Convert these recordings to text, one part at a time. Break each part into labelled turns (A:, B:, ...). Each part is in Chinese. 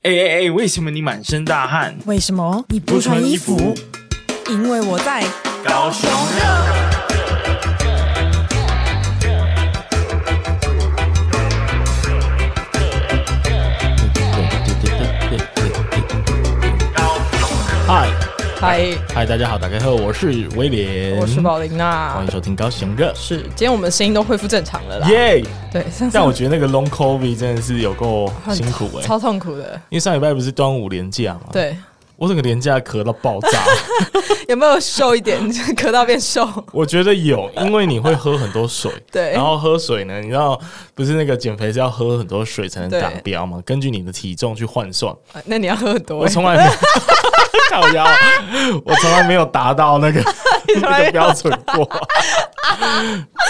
A: 哎哎哎，为什么你满身大汗？
B: 为什么你不穿衣服？因为我在。
A: 高雄
C: 嗨
D: 嗨，
C: 嗨，大家好，打开后我是威廉，
D: 我是宝琳娜
C: 欢迎。收听高雄热，
D: 是，今天我们声音都恢复正常了啦。
C: 耶！
D: 对，上次
C: 但我觉得那个 long covid 真的是有够
D: 很
C: 辛苦哎、
D: 超痛苦的。
C: 因为上礼拜不是端午连假嘛，，
D: 对，
C: 我整个连假咳到爆 炸，
D: 有没有瘦一点？ 咳到变瘦？
C: 我觉得有，因为你会喝很多水，
D: 对
C: 然后喝水呢，你知道不是那个减肥是要喝很多水才能
D: 对
C: 达标嘛，根据你的体重去换 算，
D: 啊那你要喝很多
C: 我
D: 欸、
C: 从来 没有。靠腰，啊我从来没有达到 那个
D: 从
C: 那
D: 来没
C: 个
D: 有
C: 标准过，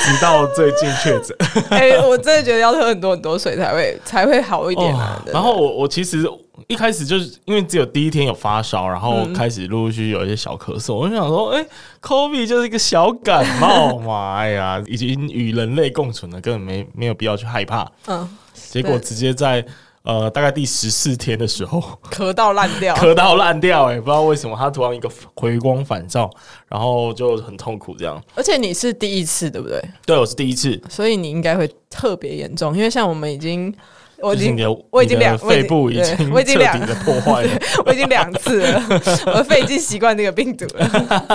C: 直到最近确诊。
D: 哎、我真的觉得要喝很多很多水才会才会好一点啊。
C: 哦
D: 真的
C: 然后我我其实一开始就是因为只有第一天有发烧，然后
D: 嗯
C: 开始陆陆续续有一些小咳嗽，我就想说，哎、c o v i d 就是一个小感冒嘛，哎呀， 已经与人类共存了，根本没没有必要去害怕。
D: 嗯，
C: 结果
D: 对
C: 直接在呃大概第十四天的 时候。
D: 咳到烂掉。
C: 咳到烂掉、哎，不知道为什么，它突然一个回光返照，然后就很痛苦这样。
D: 而且你是第一次，对不对？
C: 对我是第一次，
D: 所以你应该会特别严重，因为像我们已经，我已
C: 就是
D: 经
C: 你的，
D: 我已经
C: 你的
D: 两，我
C: 肺部已
D: 对
C: 经
D: 我已
C: 彻
D: 经两
C: 底的破坏了。
D: 我已经两次了， 我的肺已经习惯这个病毒 了，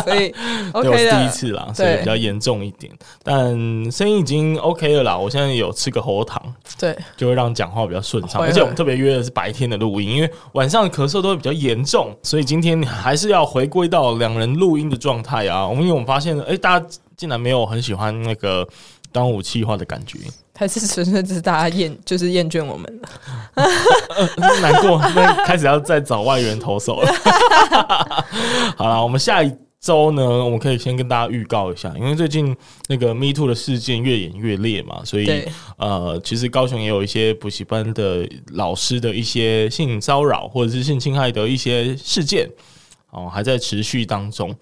D: 所以
C: 对，我
D: OK
C: 是第一
D: 的。
C: 次啦，所
D: 对
C: 以比较严重一点，但声音已经 OK 了啦。我现在有吃个喉糖，
D: 对，
C: 就会让讲话比较顺畅。
D: 哦会
C: 而且我
D: 会
C: 们特别约的是白天的录音，因为晚上咳嗽都会比较严重，所以今天还是要回归到两人录音的状态啊。我们因为我们发现，哎、大家竟然没有很喜欢那个端午气化的感觉，
D: 还是纯粹只是大家厌，就是厌倦我们了。
C: 难过，那开始要再找外援投手了。 好了，我们下一周呢，我们可以先跟大家预告一下，因为最近那个 Me Too 的事件越演越烈嘛，所以
D: 对
C: 呃，其实高雄也有一些补习班的老师的一些性骚扰或者是性侵害的一些事件哦，还在持续当中。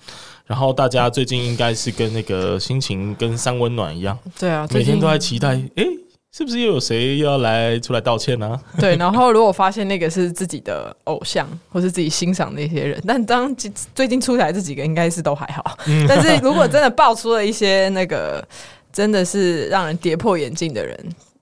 C: 然后大家最近应该是跟那个心情跟三温暖一样，
D: 对啊，
C: 每
D: 最
C: 天
D: 近
C: 都在期待，诶，是不是又有谁又要来出来道歉呢、啊？
D: 对。然后如果发现那个是自己的偶像，或是自己欣赏的一些人，但当最最近出来这几个应该是都还好。但是如果真的爆出了一些那个真的是让人跌破眼镜的人，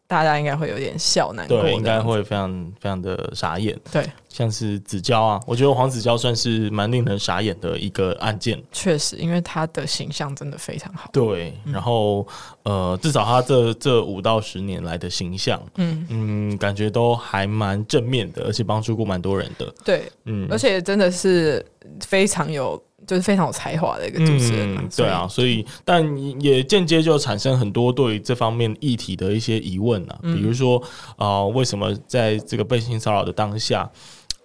D: 大家应该会有点笑难过的。
C: 对，应该会非常非常的傻眼，
D: 对，
C: 像是子娇啊，我觉得黄子娇算是蛮令人傻眼的一个案件。
D: 确实，因为他的形象真的非常好。
C: 对，然后、呃，至少她这这五到十年来的形象，嗯嗯，感觉都还蛮正面的，而且帮助过蛮多人的，
D: 对，
C: 嗯
D: 而。且真的是非常有，就是非常有才华的一个主持人、
C: 嗯，对啊，，所以但也间接就产生很多对于这方面议题的一些疑问啊，比如
D: 嗯
C: 说啊、呃为什么在这个被性骚扰的当下，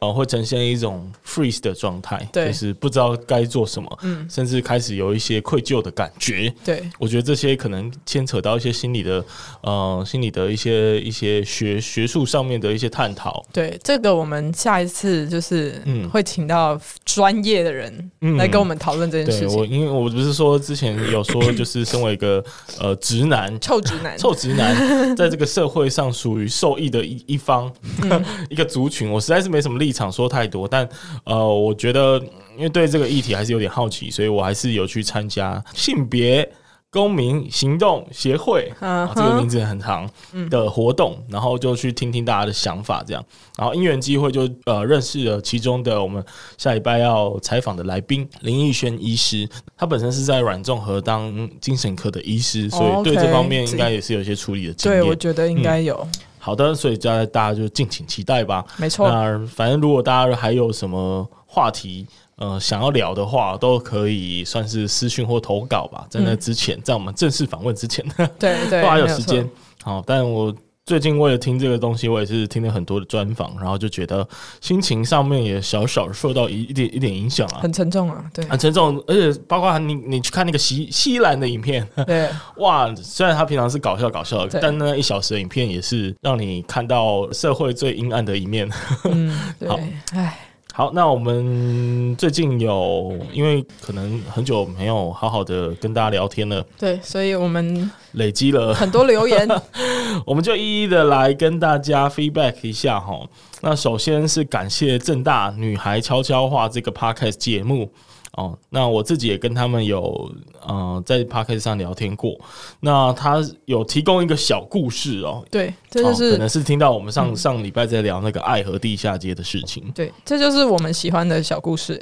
C: 呃，会呈现一种 freeze 的状态，
D: 对嗯
C: 就是不知道该做什么，甚至开始有一些愧疚的感觉。
D: 所以对
C: 我觉得这些可能牵扯到一些心理的，呃，心理的一些一些学学术上面的一些探讨。
D: 对，这个我们下一次就是
C: 嗯
D: 会请到专业的人
C: 嗯
D: 来跟我们讨论这件
C: 对
D: 事
C: 我，
D: 情。
C: 因为我不是说之前有说，就是身为一个呃直男，
D: 臭直男，
C: 臭直男在这个社会上属于受益的一一方、
D: 嗯
C: 一个族群，我实在是没什么立场说太多，但呃，我觉得因为对这个议题还是有点好奇，所以我还是有去参加性别。公民行动协会
D: 嗯
C: 啊，这个名字很长的活动，然后就去听听大家的想法，这样，然后因缘机会就呃认识了其中的我们下礼拜要采访的来宾林奕轩医师，他本身是在软综合当精神科的医师，所以对这
D: 哦 OK，
C: 方面应
D: 这
C: 该也是有一些处理的经
D: 对我
C: 验。
D: 觉得应
C: 嗯
D: 该有，
C: 好的，所以大家大家就敬请期待吧。
D: 没错。
C: 那反正如果大家还有什么话题，呃，想要聊的话，都可以算是私讯或投稿吧。在那之前，在我们正式访问之前，
D: 嗯 对对，
C: 都还有
D: 没
C: 时
D: 错
C: 间。好，但我最近为了听这个东西，我也是听了很多的专访，然后就觉得心情上面也小小受到一一点一点影响啊。
D: 很沉重啊，对
C: 很沉重，而且包括你，你去看那个西西兰的影片，
D: 对
C: 哇！虽然他平常是搞笑搞笑的，
D: 对
C: 但那一小时的影片也是让你看到社会最阴暗的一面。
D: 嗯对
C: 好，
D: 唉，
C: 好，那我们最近有，因为可能很久没有好好的跟大家聊天了，
D: 对，所以我们
C: 累积了
D: 很多留言，
C: 我们就一一的来跟大家 feedback 一下哈。那首先是感谢正大女孩悄悄话这个 podcast 节目哦。那我自己也跟他们有呃在 podcast 上聊天过。那他有提供一个小故事哦，
D: 对，这就
C: 哦、
D: 是、嗯
C: 可能是听到我们上、上礼拜在聊那个爱河地下街的事情。
D: 对，这就是我们喜欢的小 故事，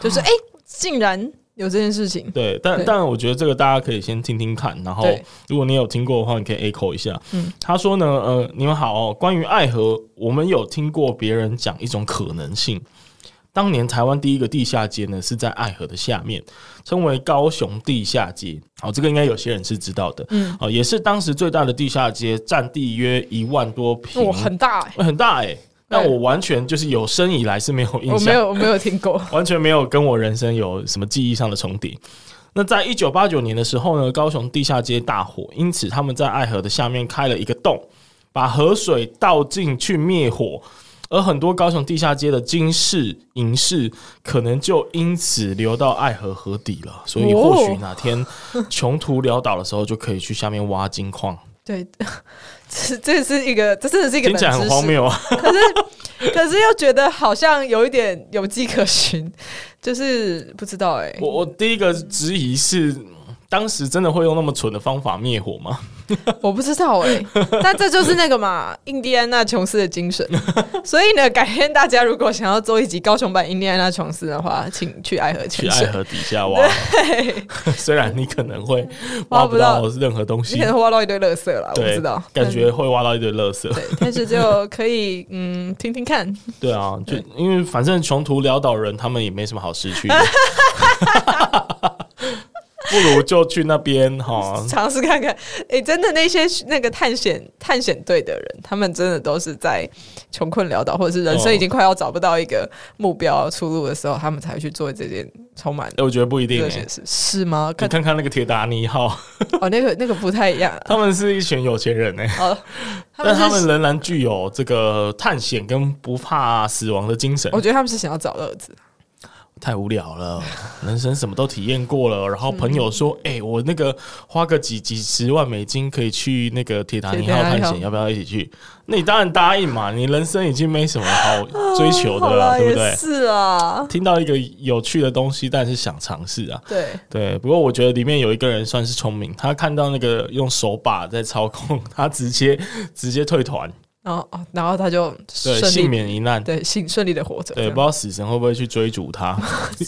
D: 就是哎、诶竟然有这件事情，
C: 对，但
D: 对
C: 但我觉得这个大家可以先听听看，然后
D: 对
C: 如果你有听过的话，你可以 echo 一下。
D: 嗯
C: 他说呢，呃，你们好、哦，关于爱河，我们有听过别人讲一种可能性，当年台湾第一个地下街呢是在爱河的下面，称为高雄地下街。哦，这个应该有些人是知道的。
D: 嗯，
C: 哦，也是当时最大的地下街，占地约一万多平，
D: 哇，很大、欸，
C: 呃很大哎、但
D: 对
C: 我完全就是有生以来是没有印象，
D: 我没有我没有听过，
C: 完全没有跟我人生有什么记忆上的重叠。那在一九八九年的时候呢，高雄地下街大火，因此他们在爱河的下面开了一个洞，把河水倒进去灭火。而很多高雄地下街的金饰、银饰，可能就因此流到爱河河底了。所以或许
D: 哦
C: 哪天穷途潦倒的时候，就可以去下面挖金矿。
D: 对，这这是一个，这真的 是一个
C: 听起
D: 冷知
C: 来很荒
D: 识，
C: 谬啊！
D: 可是可是又觉得好像有一点有迹可循，就是不知道哎、
C: 我我第一个质疑是，当时真的会用那么蠢的方法灭火吗？
D: 我不知道哎、但这就是那个嘛，印第安纳琼斯的精神。所以呢，改天大家如果想要做一集高雄版印第安纳琼斯的话，请去爱河
C: 去
D: 潜
C: 爱
D: 水，
C: 河底下挖， 虽然你可能会挖
D: 挖
C: 不
D: 不
C: 到
D: 到
C: 任何东
D: 你
C: 西
D: 可，能挖到一堆垃圾啦，我不
C: 对
D: 知道，，
C: 感觉会挖到一堆垃圾。
D: 但。对，但是就可以嗯听听看，
C: 对啊，就因为反正穷途潦倒人，他们也没什么好失去 的，不如就去那边 哈。
D: 尝试看看。哎、真的那些那个探险探险队的人，他们真的都是在穷困潦倒，或者是人
C: 哦
D: 生已经快要找不到一个目标出路的时候，他们才会去做这件充满
C: 哎我觉得不一定、
D: 热
C: 欸
D: 血，事，是吗？
C: 你
D: 看
C: 看看那个铁达尼号，
D: 哦，那个那个不太一样啊。
C: 他们是一群有钱人哎、
D: 哦，他
C: 但
D: 们
C: 他
D: 是
C: 们仍然具有这个探险跟不怕死亡的精神
D: 我。觉得他们是想要找乐子，
C: 太无聊了， 人生什么都体验过了。然后朋友说：“
D: 嗯
C: 哎、我那个花个几几十万美金可以去那个铁达尼号探
D: 铁达
C: 险，
D: 尼号
C: 要不要一起去？”那你当然答应嘛，你人生已经没什么好追求的
D: 好
C: 了，
D: 啦
C: 对不
D: 也
C: 对？
D: 是啊，
C: 听到一个有趣的东西，但是想尝试啊。
D: 对，
C: 对，不过我觉得里面有一个人算是聪明，他看到那个用手把在操控， 他直接直接退团，
D: 然后哦，然后他就
C: 对，
D: 顺
C: 幸
D: 利，
C: 免一难。
D: 对，幸顺利的活着，
C: 对，不知
D: 这样
C: 道死神会不会去追逐他。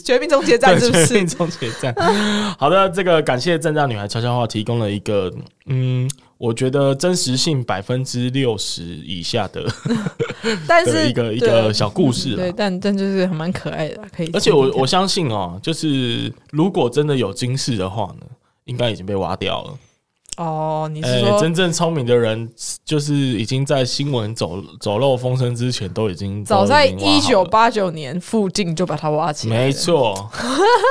D: 绝命终结战是不
C: 对全
D: 是
C: 民？终结战。 好的，这个感谢正大女孩悄悄话提供了一个，嗯，我觉得真实性百分之六十以下 的
D: 但
C: 的
D: 是
C: 一个一
D: 对
C: 个小故事
D: 对，
C: 啦。
D: 但但就是还蛮可爱的啊，可以听听看。
C: 而且我我相信哦，就是如果真的有金饰的话呢，应该已经被挖掉了。
D: 哦，你
C: 哎
D: 是说
C: 真正聪明的人，就是已经在新闻走走漏风声之前，都已经
D: 早
C: 都
D: 在
C: 已经挖好
D: 一
C: 了
D: 九八九年附近就把它挖起来？
C: 没，错，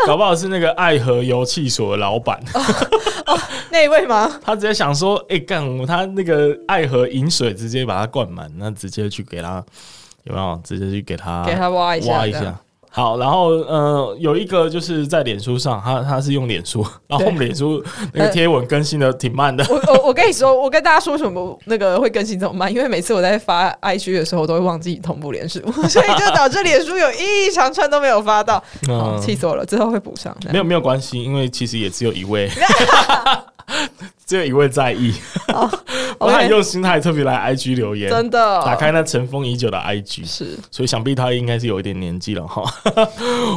C: 搞不好是那个爱河油气所的老板，
D: 那一位吗？
C: 他直接想说，哎、干我他那个爱河饮水直接把它灌满，那直接去给他有没有？直接去给他
D: 给他挖一下，
C: 挖一
D: 这样
C: 下。好，然后呃，有一个就是在脸书上，他他是用脸书，然后我们脸书那个贴文更新的挺慢的，
D: 我我我跟你说，我跟大家说什么那个会更新这么慢，因为每次我在发 IG 的时候，我都会忘记同步脸书， 所以就导致脸书有一长串都没有发到， 哦
C: 嗯，
D: 气死我了！之后会补上。
C: 没有没有关系，因为其实也只有一 位，只有一位在意，
D: 哦 OK
C: 他很用心，他还特别来 IG 留言，
D: 真的
C: 打开那尘封已久的 IG，
D: 是
C: 所以想必他应该是有一点年纪了哈。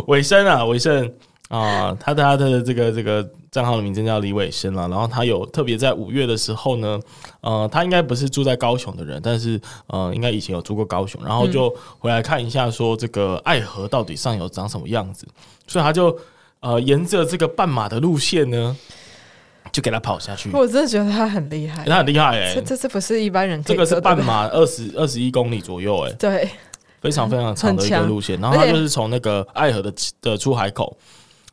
C: 伟生啊，伟生啊，他的他的这个这个账号的名称叫李伟生啦。然后他有特别在五月的时候呢，呃，他应该不是住在高雄的人，但是呃，应该以前有住过高雄，然后
D: 嗯
C: 就回来看一下说这个爱河到底上游长什么样子，所以他就呃沿着这个半马的路线呢，就给他跑下去。
D: 我真的觉得他很厉害
C: 欸、，他很厉害哎、
D: 这这这不是一般人可
C: 这
D: 以
C: 个是
D: 做到
C: 半
D: 的
C: 马二十二十一公里左右哎、
D: 对，
C: 非常非常长的一
D: 很
C: 个
D: 强
C: 路线，然后它
D: 而且
C: 就是从那个爱河的的出海口，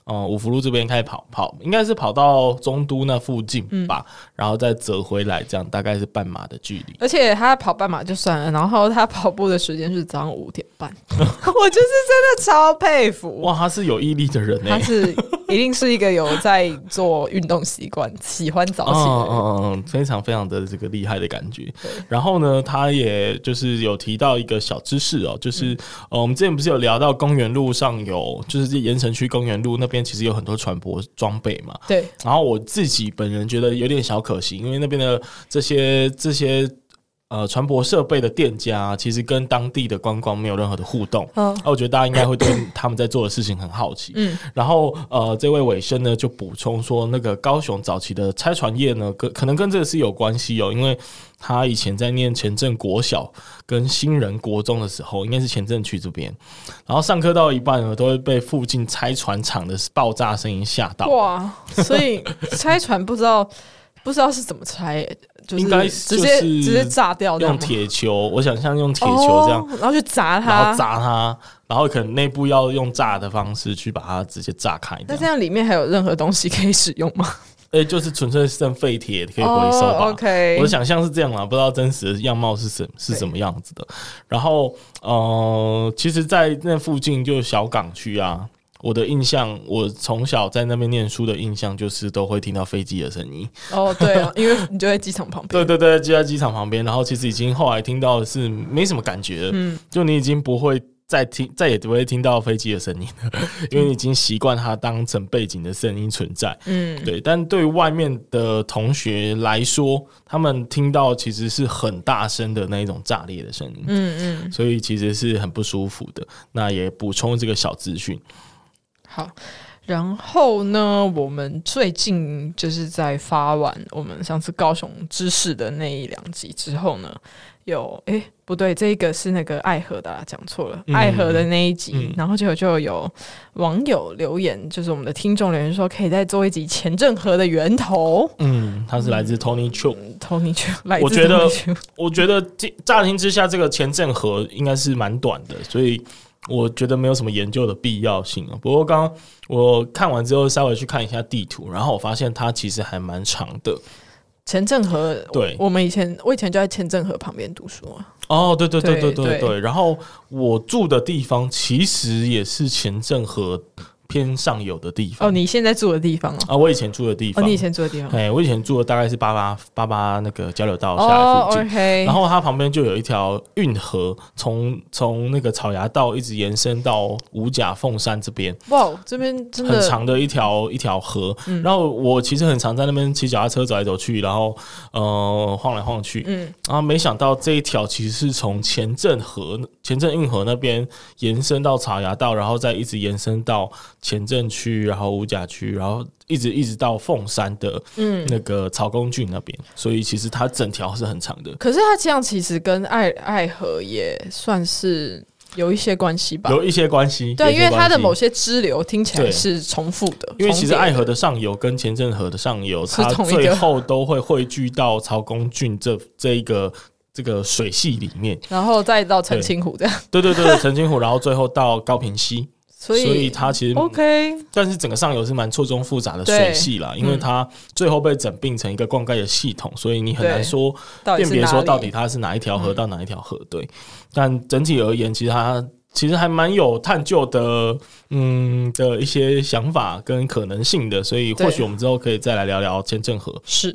C: 呃五福路这边开始跑跑，应该是跑到中都那附近吧，然后再折回来，这样大概是半马的距离。
D: 而且他跑半马就算了，然后他跑步的时间是早上五点半， 我就是真的超佩服
C: 哇，他是有毅力的人欸嗯呢、
D: 他是一定是一个有在做运动习惯、喜欢早起的人。
C: 嗯嗯嗯，非常非常的这个厉害的感觉。然后呢，他也就是有提到一个小知识哦，
D: 嗯
C: 就是、呃，我们之前不是有聊到公园路上有，就是盐城区公园路那边其实有很多船舶装备嘛。
D: 对，
C: 然后我自己本人觉得有点小可惜，因为那边的这些这些呃船舶设备的店家啊、其实跟当地的观光没有任何的互动。
D: 嗯
C: 那我觉得大家应该会对他们在做的事情很好奇。
D: 嗯，
C: 然后呃，这位尾生呢就补充说，那个高雄早期的拆船业呢，可可能跟这个是有关系哦，因为他以前在念前镇国小跟新人国中的时候，应该是前镇区这边，然后上课到一半呢，都会被附近拆船厂的爆炸声音吓到。
D: 哇！所以拆船不知道 不知道是怎么拆，就
C: 应该
D: 是
C: 就是
D: 直接直接炸掉这样
C: 用
D: 吗，
C: 铁球，我想像用铁球这样，
D: 哦，然后去砸
C: 然
D: 它
C: 后。砸它，然后可能内部要用炸的方式去把它直接炸开这
D: 那这
C: 样。
D: 样里面还有任何东西可以使用吗？
C: 哎，就是纯粹剩废铁可以回收吧。
D: 哦 OK，
C: 我的想象是这样啦，不知道真实的样貌是什是什么样子的。然后，呃，其实，在那附近就小港区啊，我的印象，我从小在那边念书的印象就是都会听到飞机的声音。
D: 哦，对啊，因为你就在机场旁
C: 对对
D: 边。
C: 对，就在机场旁边。然后其实已经后来听到的是没什么感觉了，
D: 嗯
C: 就你已经不会再听，再也不会听到飞机的声音了，因为你已经习惯它当成背景的声音存在。
D: 嗯，
C: 对，但对外面的同学来说，他们听到其实是很大声的那一种炸裂的声音，
D: 嗯嗯，
C: 所以其实是很不舒服的。那也补充这个小资讯，
D: 好。然后呢，我们最近就是在发完我们上次高雄知识的那一两集之后呢，有诶不对，这个是那个爱河的、啊，讲错了，
C: 嗯
D: 爱河的那一集。
C: 嗯
D: 然后结果就有网友留言，就是我们的听众留言说，可以再做一集前镇河的源头。
C: 嗯，它是来自 Tony Chu。
D: 投你去，来自
C: 我觉得
D: 投你去
C: 我觉得这乍听之下，这个前阵河应该是蛮短的，所以我觉得没有什么研究的必要性啊。不过刚刚我看完之后，稍微去看一下地图，然后我发现它其实还蛮长的。
D: 前镇河，
C: 对
D: 我们以前我以前就在前镇河旁边读书啊。
C: 哦，对对对对
D: 对
C: 对对。
D: 对
C: 然后我住的地方其实也是前镇河偏上游的地方。
D: 哦，你现在住的地方哦，
C: 啊，我以前住的地
D: 哦，
C: 方，
D: 你以前住的地方。
C: 哎，我以前住的大概是八八八八那个交流道下
D: 哦
C: 来附近。
D: ，OK，
C: 然后它旁边就有一条运河，从从那个草衙道一直延伸到五甲凤山这边，
D: 哇，这边真
C: 很
D: 的嗯
C: 长的一条一条河。然后我其实很常在那边骑脚踏车走来走去，然后呃晃来晃去。
D: 嗯，
C: 然后没想到这一条其实是从前镇河、前镇运河那边延伸到草衙道，然后再一直延伸到前镇区，然后五甲区，然后一直一直到凤山的
D: 嗯
C: 那个草公郡那边。所以其实它整条是很长的。
D: 可是它这样其实跟爱爱河也算是有一些关系吧？
C: 有一些关系，有
D: 对，啊
C: 一
D: 因
C: 些
D: 为它的
C: 关系
D: 某些支流听起来
C: 对
D: 是重复的，
C: 因为其实
D: 重叠
C: 爱河的上游跟前镇河的上游，
D: 是
C: 它
D: 同一个
C: 最后都会汇聚到曹公郡这这一个这个水系里面。
D: 然后再到澄清湖这样，
C: 对对对，澄清湖，然后最后到高平溪，
D: 所
C: 所
D: 以
C: 它其实
D: OK，
C: 但是整个上游是蛮错综复杂的
D: 对
C: 水系啦，因为
D: 嗯
C: 它最后被整并成一个灌溉的系统，所以你很难
D: 对
C: 说
D: 到底
C: 辨
D: 是
C: 别
D: 哪
C: 说
D: 里
C: 到底它是哪一条河
D: 嗯
C: 到哪一条河。对，但整体而言，其实它其实还蛮有探究的，嗯的一些想法跟可能性的，所以或许
D: 对嗯
C: 我们之后可以再来聊聊签证河。
D: 是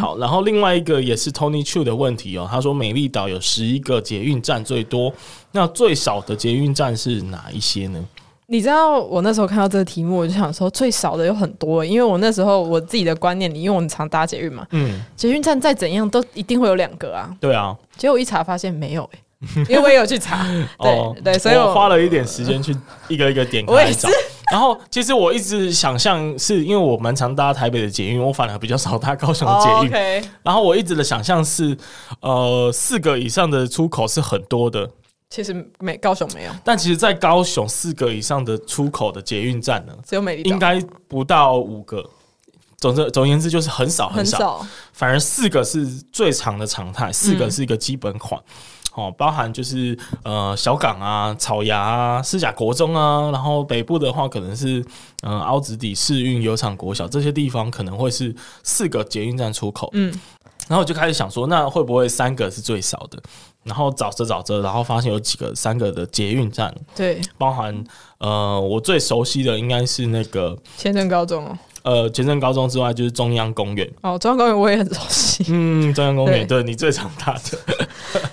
C: 好，然后另外一个也是 Tony Chu 的问题哦，他说美丽岛有十一个捷运站最多，那最少的捷运站是哪一些呢？
D: 你知道我那时候看到这个题目，我就想说最少的有很多、因为我那时候我自己的观念里，因为我们常搭捷运嘛，
C: 嗯，
D: 捷运站再怎样都一定会有两个啊。
C: 对啊，
D: 结果一查发现没有、欸， 因为我也有去查，对、
C: 哦
D: 对，所以
C: 我
D: 我
C: 花了一点时间 去一个一个点开
D: 我也
C: 来 找。然后，其实我一直想象是因为我蛮常搭台北的捷运，我反而比较少搭 高雄的捷
D: 哦
C: 运。
D: ，OK，
C: 然后我一直的想象是，呃，四个以上的出口是很多的，
D: 其实没高雄没有，
C: 但其实，在高雄四个以上的出口的捷运站呢，
D: 只有美丽岛，
C: 应该不到五个。总之，总而言之，就是很少
D: 很
C: 少，
D: 少，
C: 反而四个是最长的常态，四个
D: 嗯
C: 是一个基本款。哦，包含就是呃小港啊、草芽啊、四甲国中啊，然后北部的话可能是呃凹子底、市运、油厂国小这些地方，可能会是四个捷运站出口。
D: 嗯，
C: 然后我就开始想说，那会不会三个是最少的？然后找着找着，然后发现有几个三个的捷运站，
D: 对，
C: 包含呃我最熟悉的应该是那个
D: 前镇高中哦，
C: 呃前镇高中之外，就是中央公园。
D: 哦，中央公园我也很熟悉，
C: 嗯，中央公园，对你最常搭的。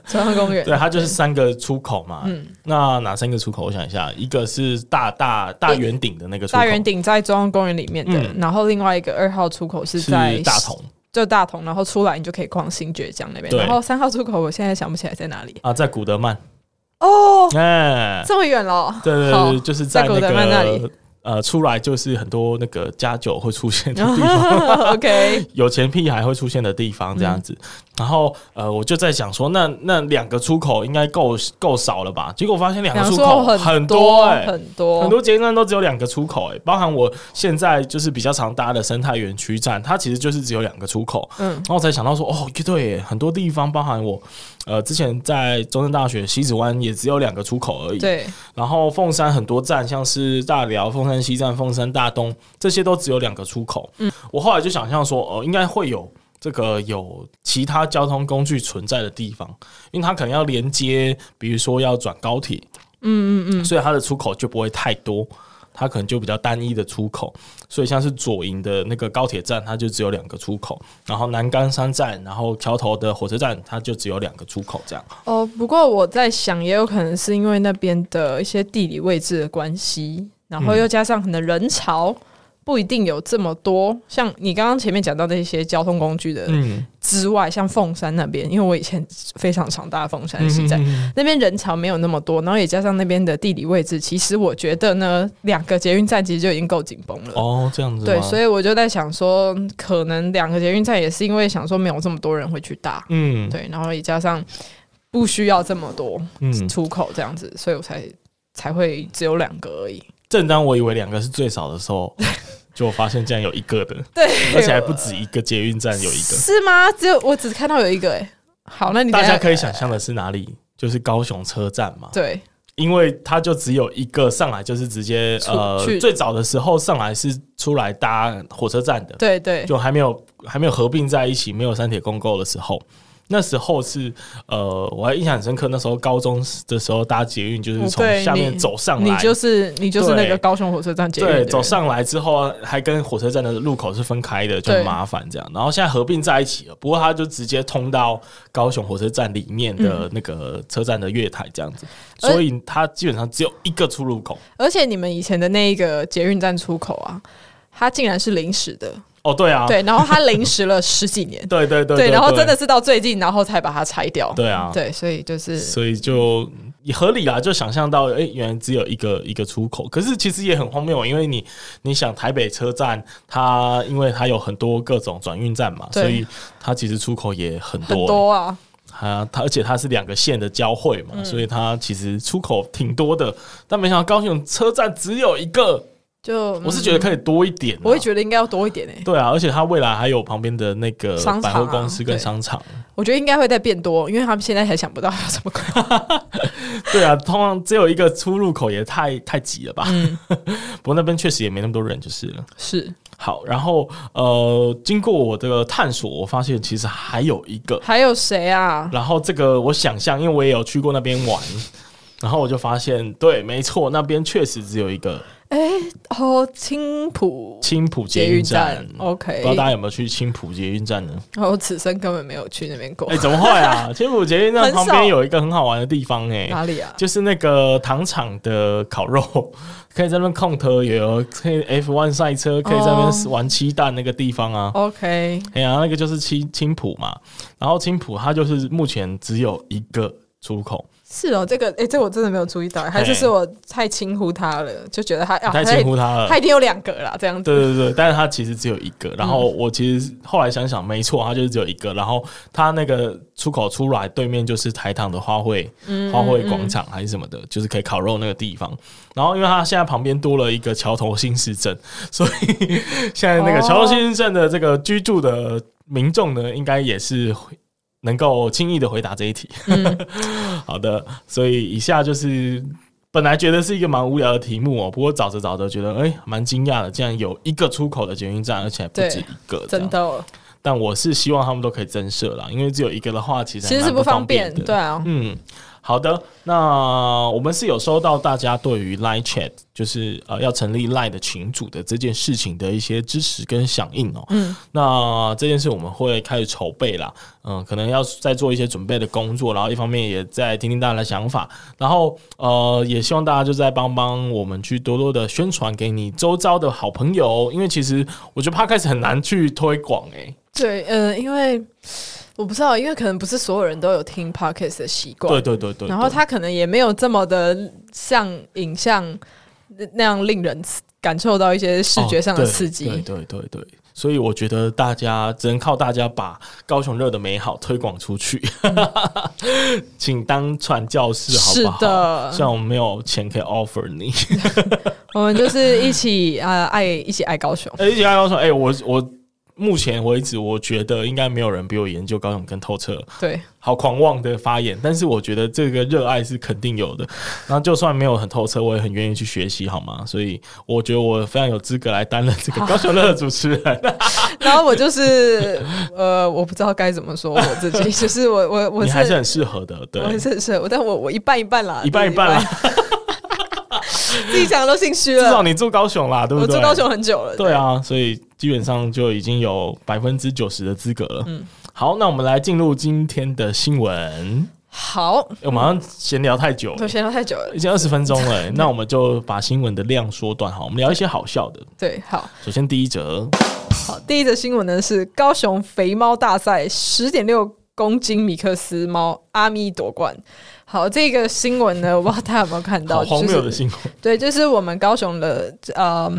D: 中央公园
C: 对，它就是三个出口嘛。
D: 嗯
C: 那哪三个出口？我想一下，一个是大大大圆顶的那个出口，
D: 大圆顶在中央公园里面的，
C: 嗯
D: 然后另外一个二号出口是
C: 是
D: 在
C: 大同
D: 就大同，然后出来你就可以逛新爵江那边。
C: 对
D: 然后三号出口我现在想不起来在哪里
C: 啊，在古德曼。
D: 哦，
C: 哎、
D: 这么远了。
C: 对对
D: 好
C: 对，就是在
D: 在古
C: 那
D: 德曼那 里
C: 个呃，出来就是很多那个家酒会出现的地方。
D: 嗯 OK，
C: 有钱屁孩会出现的地方这样子。
D: 嗯
C: 然后呃，我就在想说，那那两个出口应该够够少了吧？结果我发现两个
D: 两
C: 出
D: 座
C: 口
D: 很
C: 多哎、
D: 很多
C: 很多捷运站都只有两个出口、欸，包含我现在就是比较常搭的生态园区站，它其实就是只有两个出口。
D: 嗯
C: 然后我才想到说，哦，对耶，很多地方，包含我，呃，之前在中正大学西子湾也只有两个出口而已。
D: 对
C: 然后凤山很多站，像是大寮、凤山西站、凤山大东，这些都只有两个出口。嗯，我后来就想象说，哦、应该会有这个有其他交通工具存在的地方，因为它可能要连接，比如说要转高铁，嗯嗯嗯，所以它的出口就不会太多。它可能就比较单一的出口，所以像是左营的那个高铁站，它就只有两个出口，然后南岗山站，然后桥头的火车站，它就只有两个出口这样。
D: 哦，不过我在想，也有可能是因为那边的一些地理位置的关系，然
C: 嗯
D: 后又加上可能人潮。不一定有这么多，像你刚刚前面讲到那些交通工具的
C: 嗯，
D: 之外，像凤山那边，因为我以前非常常搭凤
C: 呃
D: 山西
C: 嗯
D: 站，那边人潮没有那么多，然后也加上那边的地理位置，其实我觉得呢，两个捷运站其实就已经够紧绷了。
C: 哦，这样子吗。
D: 对，所以我就在想说，可能两个捷运站也是因为想说没有这么多人会去搭，
C: 嗯，
D: 对，然后也加上不需要这么多
C: 嗯，
D: 出口这样子，所以我才才会只有两个而已。
C: 正当我以为两个是最少的时 候，就我发现竟然有一个的，
D: 对，
C: 而且还不止一个捷运站有一个。
D: 是吗？只有我只看到有一个哎、好，那你
C: 大
D: 等一
C: 家
D: 下
C: 可以想象的是哪里？就是高雄车站嘛，
D: 啊对
C: 因为它就只有一个上来，就是直接
D: 出
C: 呃
D: 去，
C: 最早的时候上来是出来搭火车站的，
D: 对对
C: 就还没有还没有合并在一起，没有三铁共构的时候。那时候是呃，我还印象很深刻。那时候高中的时候搭捷运，就是从
D: 哦对
C: 下面
D: 你
C: 走上来，
D: 你就是你就是那
C: 对
D: 个高雄火车站捷运的
C: 对，
D: 人
C: 走上来之后啊还跟火车站的路口是分开的，就
D: 对
C: 很麻烦这样。然后现在合并在一起了，不过它就直接通到高雄火车站里面的那个车站的月台这样子，
D: 嗯而
C: 所以它基本上只有一个出入口。
D: 而且你们以前的那一个捷运站出口啊，它竟然是临时的，
C: 哦，对啊，
D: 对，然后它临时了十几年，
C: 对对 对
D: 对，然后真的是到最近，然后才把它拆掉，
C: 对啊，
D: 对，所以就是
C: 所以就也合理啦，就想象到，哎、原来只有一个一个出口，可是其实也很荒谬，因为你你想台北车站，它因为它有很多各种转运站嘛，
D: 对
C: 所以它其实出口也很多、欸
D: 很多啊，
C: 它它而且它是两个县的交汇嘛，
D: 嗯
C: 所以它其实出口挺多的，但没想到高雄车站只有一个，
D: 就嗯
C: 我是觉得可以多一点、啊，
D: 我会觉得应该要多一点诶、欸
C: 对啊，而且它未来还有旁边的那个
D: 商场
C: 百
D: 啊
C: 货公司跟商场，
D: 我觉得应该会再变多，因为他们现在还想不到要怎么搞。
C: 对啊，通常只有一个出入口也太太挤了吧？
D: 嗯
C: 不过那边确实也没那么多人，就是了。
D: 是，
C: 好，然后呃，经过我这个探索，我发现其实还有一个，
D: 还有谁啊？
C: 然后这个我想象，因为我也有去过那边玩，然后我就发现，对，没错，那边确实只有一个
D: 哎、哦，青浦
C: 青浦捷
D: 捷
C: 运
D: 运
C: 站
D: 站。
C: 不知道
D: ，OK，
C: 大家有没有去青浦捷运站呢？
D: 然后此生根本没有去那边过，
C: 哎、怎么会啊？青浦捷运站
D: 很
C: 旁
D: 少
C: 边有一个很好玩的地方、哎，
D: 哪里啊？
C: 就是那个糖厂的烤肉， 可以在那边控特有，可以 F1 赛车，可以在那边
D: 哦
C: 玩鸡蛋那个地方啊。
D: OK，
C: 哎呀，那个就是青青浦嘛，然后青浦它就是目前只有一个出口，
D: 是哦，这个哎、这我真的没有注意到，还是是我太轻忽他了，就觉得他啊，
C: 哎太
D: 他
C: 轻忽它了。
D: 他一定有两个啦，这样子。
C: 对对对，但是它其实只有一个。然后我其实后来想想，没错，它就是只有一个。然后它那个出口出来对面就是台糖的花卉、
D: 嗯
C: 花卉广场还是什么的，就是可以烤肉那个地方。然后因为它现在旁边多了一个桥头新市镇，所以现在那个
D: 哦
C: 桥头新市镇的这个居住的民众呢，应该也是。能够轻易的回答这一题。好的，所以以下就是本来觉得是一个蛮无聊的题目哦，不过找着找着觉得哎蛮惊讶的，竟然有一个出口的捷运站，而且还不止
D: 对
C: 一个，这样
D: 真。的哦，
C: 但我是希望他们都可以增设啦，因为只有一个的话，其实还
D: 其实是
C: 蛮不
D: 方
C: 便的。
D: 对啊，
C: 嗯，好的，那我们是有收到大家对于 Line Chat，就是呃要成立 Line 的群组的这件事情的一些支持跟响应哦。嗯，那这件事我们会开始筹备啦，嗯、可能要再做一些准备的工作，然后一方面也在听听大家的想法，然后呃也希望大家就在帮帮我们去多多的宣传给你周遭的好朋友，因为其实我觉得 Podcast 很难去推广欸诶、
D: 对，嗯，因为我不知道，因为可能不是所有人都有听 podcast 的习惯，
C: 对对对对，
D: 然后
C: 对
D: 他可能也没有这么的像影像那样令人刺感受到一些视觉上的刺激。
C: 哦对对对对对，所以我觉得大家只能靠大家把高雄热的美好推广出去，请当传教士好不好？
D: 是的
C: 虽然我们没有钱可以 offer 你，
D: 我们就是一起啊、呃爱一起爱高雄。
C: 而且刚刚说，哎、我我目前为止，我觉得应该没有人比我研究高雄更透彻。
D: 对，
C: 好狂妄的发言，但是我觉得这个热爱是肯定有的。然后就算没有很透彻，我也很愿意去学习，好吗？所以我觉得我非常有资格来担任这个高雄热的主持人。
D: 然后我就是呃，我不知道该怎么说我自己，就是我我我
C: 你
D: 是
C: 还是很适合的，对，
D: 我是很适合，但我我一半一半啦，
C: 一半一半啦，
D: 自己讲的都心虚
C: 至少
D: 了。
C: 你住高雄啦，对不
D: 我
C: 对？
D: 住高，雄很久了，
C: 对啊，所以基本上就已经有百分之九十的资格了。嗯，好，那我们来进入今天的新闻。哎
D: 好，
C: 诶我们好像闲聊太久
D: 我
C: 了，
D: 闲聊太久了
C: 已，经二十分钟了、 诶那我们就把新闻的量缩短好，我们聊一些好笑的。
D: 对，好。
C: 首先第一则，
D: 好，第一则新闻呢是高雄肥猫大赛十点六公斤米克斯猫阿咪夺冠。好，这个新闻呢，我不知道大家有没有看到，
C: 好荒
D: 就
C: 谬
D: 是
C: 的新闻，
D: 对，就是我们高雄的呃，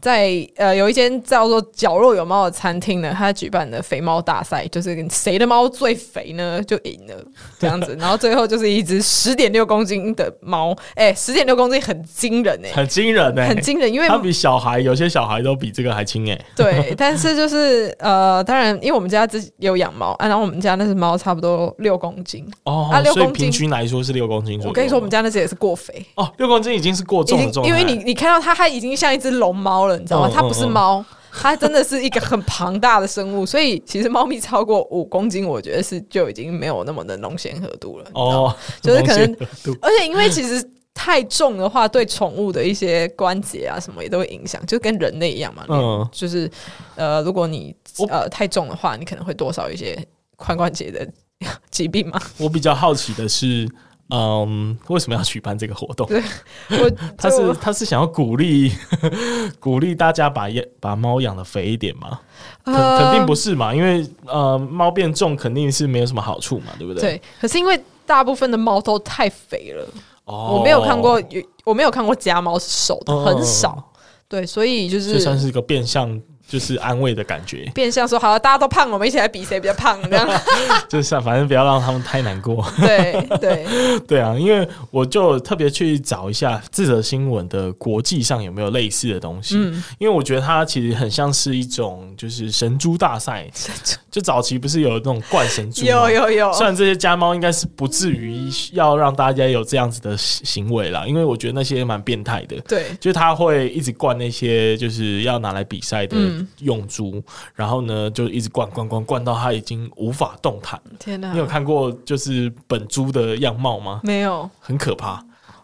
D: 在呃有一间叫做“角落有猫”的餐厅呢，它举办的肥猫大赛，就是谁的猫最肥呢就赢了这样子，然后最后就是一只十点六公斤的猫，哎、十点六公斤很惊人哎、
C: 很惊人呢、诶
D: 很惊人，因为
C: 它比小孩有些小孩都比这个还轻欸诶。
D: 对，但是就是呃，当然，因为我们家自己有养猫、啊，然后我们家那只猫差不多六公斤。
C: 哦，
D: 啊六
C: 所以
D: 公斤
C: 平均来说是六公斤左右。
D: 我跟你说，我们家那只也是过肥，
C: 哦，六公斤已经是过
D: 已
C: 重的欸哎
D: 经
C: 状态，
D: 因为你你看到它，它已经像一只龙猫了，你知道吗
C: 嗯？
D: 它不是
C: 嗯嗯
D: 猫，它真的是一个很庞大的生物，所以其实猫咪超过五公斤，我觉得是就已经没有那么的浓鲜合度了。哦，
C: 哦，
D: 就是可能
C: 浓 鲜度
D: 而且因为其实。太重的话，对宠物的一些关节啊什么也都会影响，就跟人类一样嘛。
C: 嗯
D: 就是呃，如果你
C: 我
D: 呃太重的话，你可能会多少有一些髋关节的 疾病 嘛。
C: 我比较好奇的是，嗯，为什么要举办这个活动？
D: 我
C: 他
D: 就是
C: 他是想要鼓励 鼓励大家把养把猫养的肥一点嘛？肯
D: 呃
C: 肯定不是嘛，因为呃，猫变重肯定是没有什么好处嘛，对不对？，
D: 对，可是因为大部分的猫都太肥了，
C: 哦
D: 我没有看过，有我没有看过家猫是瘦的，
C: 嗯
D: 很少。对，所以就
C: 这算
D: 是
C: 是一个变相就是安慰的感觉，
D: 变相说，好，大家都胖，我们一起来比谁比较胖， 这样。啊
C: 就是反正不要让他们太难过。
D: 对对，
C: 对啊，因为我就特别去找一下这则新闻的国际上有没有类似的东西，
D: 嗯
C: 因为我觉得它其实很像是一种就是神猪大赛，就早期不是有那种灌神猪吗
D: 有。有有，
C: 虽然这些家猫应该是不至于要让大家有这样子的行为啦，因为我觉得那些蛮变态的。
D: 对
C: 就他会一直灌那些就是要拿来比赛的
D: 嗯
C: 用猪，然后呢就一直灌灌灌灌到它已经无法动弹。
D: 天哪
C: 你，有看过就是本猪的样貌吗？
D: 没有，
C: 很可怕。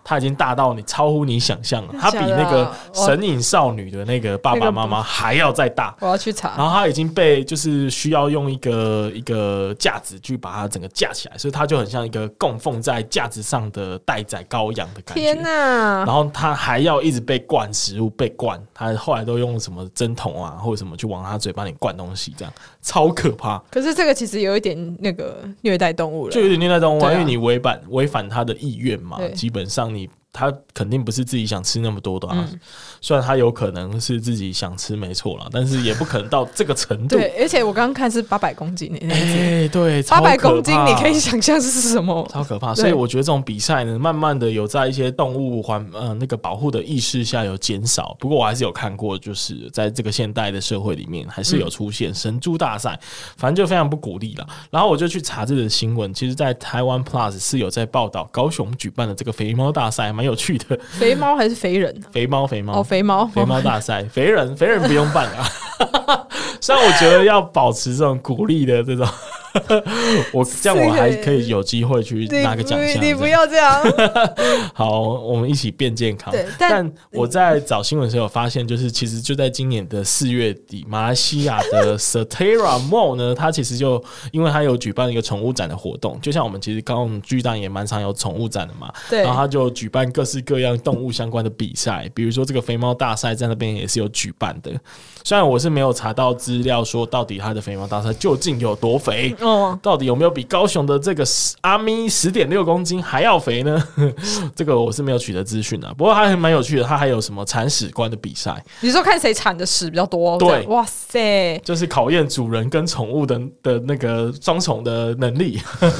C: 它已经大到你超乎你想象了，它比
D: 真的假的
C: 那个
D: 啊
C: 《神隐少女》的那个爸爸妈妈还要再大。
D: 我要去查。
C: 然后它已经被就是需要用一个一个架子去把它整个架起来，所以它就很像一个供奉在架子上的待宰羔羊的感觉。
D: 天哪
C: 然，后它还要一直被灌食物，被灌，它后来都用什么针筒啊或者什么去往它嘴巴里灌东西，这样超可怕。
D: 可是这个其实有一点那个虐待动物了
C: 就。有点虐待动物啊，
D: 对啊
C: 因为你违反违反他的意愿嘛，
D: 对
C: 基本上你他肯定不是自己想吃那么多的啊。
D: 嗯
C: 虽然他有可能是自己想吃没错啦，但是也不可能到这个程度。
D: 对，而且我刚刚看是八百 公斤那
C: 哎、
D: 那一只，
C: 对，
D: 八百
C: 超可
D: 公斤，
C: 怕
D: 你可以想象是什么？
C: 超可怕。
D: 对
C: 所以我觉得这种比赛呢，慢慢的有在一些动物环呃那个保护的意识下有减少。不过我还是有看过，就是在这个现代的社会里面，还
D: 嗯
C: 是有出现神猪大赛，反正就非常不鼓励了。然后我就去查这个新闻，其实，在台湾 Plus 是有在报道高雄举办的这个肥猫大赛，蛮有趣的。
D: 肥猫还是肥人？
C: 肥猫，肥猫，
D: 哦，肥猫，
C: 嗯肥猫大赛，肥人肥人不用办啊。 虽然我觉得要保持这种鼓励的这种， 我这样我还可以有机会去
D: 你
C: 拿个奖项。
D: 不你不
C: 这样
D: 要 这样。
C: 好，我们一起变健康。
D: 对
C: 但
D: 但
C: 我在找新闻的时候有发现，就是其实就在今年的四月底，马来西亚的 Setera Mall 呢，它其实就因为它有举办一个宠物展的活动，就像我们其实高雄巨蛋也蛮常有宠物展的嘛。
D: 对
C: 然后它就举办各式各样动物相关的比赛，比如说这个肥猫大赛在那边也是有举办的。虽然我是没有查到资料说到底它的肥猫大赛究竟有多 肥。
D: 哦，
C: 到底有没有比高雄的这个10阿咪十点六公斤还要肥呢？ 这个我是没有取得资讯啊。不过它还蛮有趣的，它还有什么铲屎官的比赛，
D: 你说看谁产的屎比较多？
C: 对
D: 这样哇塞，
C: 就是考验主人跟宠物的的那个双重的能力。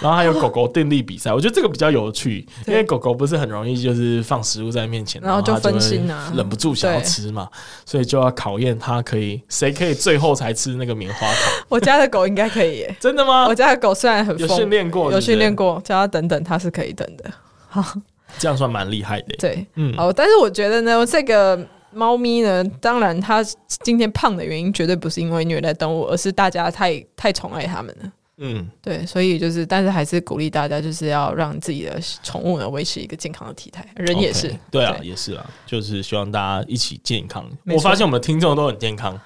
C: 然后还有狗狗定力比赛，我觉得这个比较有趣，因
D: 对
C: 为狗狗不是很容易就是放食物在面前，
D: 然后就
C: 它会
D: 分心啊
C: 忍不住想要
D: 对
C: 吃嘛，所以就要考验它可以谁可以最后才吃那个棉花糖。
D: 我家的狗应该可以耶。
C: 真的吗
D: 我？家的狗虽然很
C: 啊有
D: 疯
C: 训练过
D: 有
C: 是不是
D: 训练过，叫它等等，它是可以等的。
C: 这样算蛮厉害的。
D: 对，
C: 嗯
D: 哦，但是我觉得呢，这个猫咪呢，当然它今天胖的原因绝对不是因为虐待动物，而是大家太太宠爱它们了。
C: 嗯。
D: 对，所以就是，但是还是鼓励大家，就是要让自己的宠物呢维持一个健康的体态，人也是
C: OK，对啊，也是啊，就是希望大家一起健康。
D: 没
C: 我
D: 错
C: 发现我们的听众都很健康，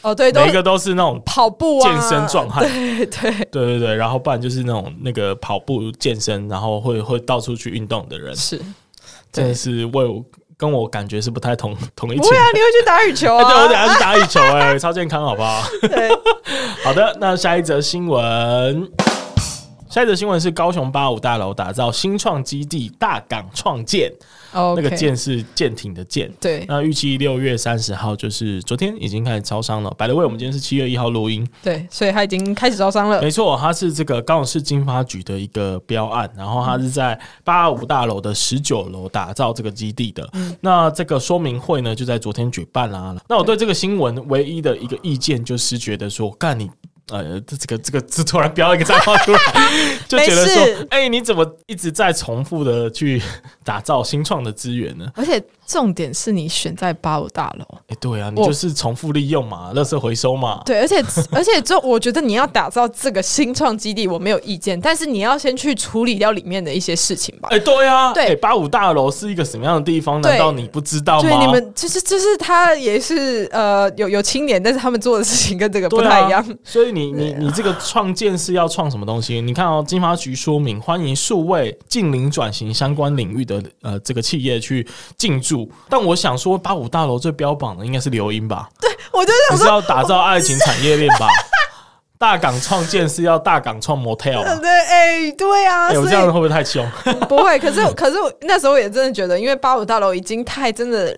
D: 哦，对，都
C: 每一个都是那种
D: 跑步啊，
C: 健身壮汉，
D: 对对
C: 对对对，然后不然就是那种那个跑步健身，然后会会到处去运动的人，
D: 是，
C: 真的
D: 对，
C: 是为我跟我感觉是不太同同一
D: 不
C: 群
D: 会 啊，
C: 的。
D: 你会去打羽球
C: 哎
D: 啊？
C: 对，我等下去打羽球哎、超健康，好不 好？
D: 对，
C: 好的，那下一则新闻。下一则新闻是高雄八五大楼打造新创基地大港创建，
D: 哦，
C: 那个啊舰是舰艇的舰，
D: 对
C: 那预计六月三十号，就是昨天已经开始招商了。by the way，我们今天是七月一号录音，
D: 对，所以它已经开始招商了
C: 没。错，它是这个高雄市经发局的一个标案，然后它是在八五大楼的十九楼打造这个基地的。
D: 嗯
C: 那这个说明会呢，就在昨天举办啦、那我对这个新闻唯一的一个意见就是觉得说，干你。呃，这这个这个这突然飙一个脏话 出来，就觉得
D: 没
C: 说
D: 事，
C: 哎、你怎么一直在重复的去打造新创的资源呢？
D: 而且重点是你选在八五大楼，
C: 哎、对啊，你
D: 我
C: 就是重复利用嘛，垃圾回收嘛。
D: 对，而且而且就我觉得你要打造这个新创基地，我没有意见，但是你要先去处理掉里面的一些事情吧。
C: 哎、对啊，
D: 对
C: 哎八五大楼是一个什么样的地方？
D: 对
C: 难道你不知道哦吗？
D: 对，你们就是就是他也是呃有有青年，但是他们做的事情跟这个不
C: 对
D: 太一样。
C: 啊、所以你你你这个创建是要创什么东西？你看哦，金发局说明欢迎数位近邻转型相关领域的呃这个企业去进驻，但我想说八五大楼最标榜的应该是流音吧？
D: 我就
C: 不
D: 想
C: 是
D: 说，
C: 要打造爱情产业链吧？大港创建是要大港创 motel 吧？
D: 对，哎、对啊，
C: 哎、我
D: 所
C: 这样会
D: 以
C: 不会太 凶？
D: 不会。可是可是我那时候也真的觉得，因为八五大楼已经太真的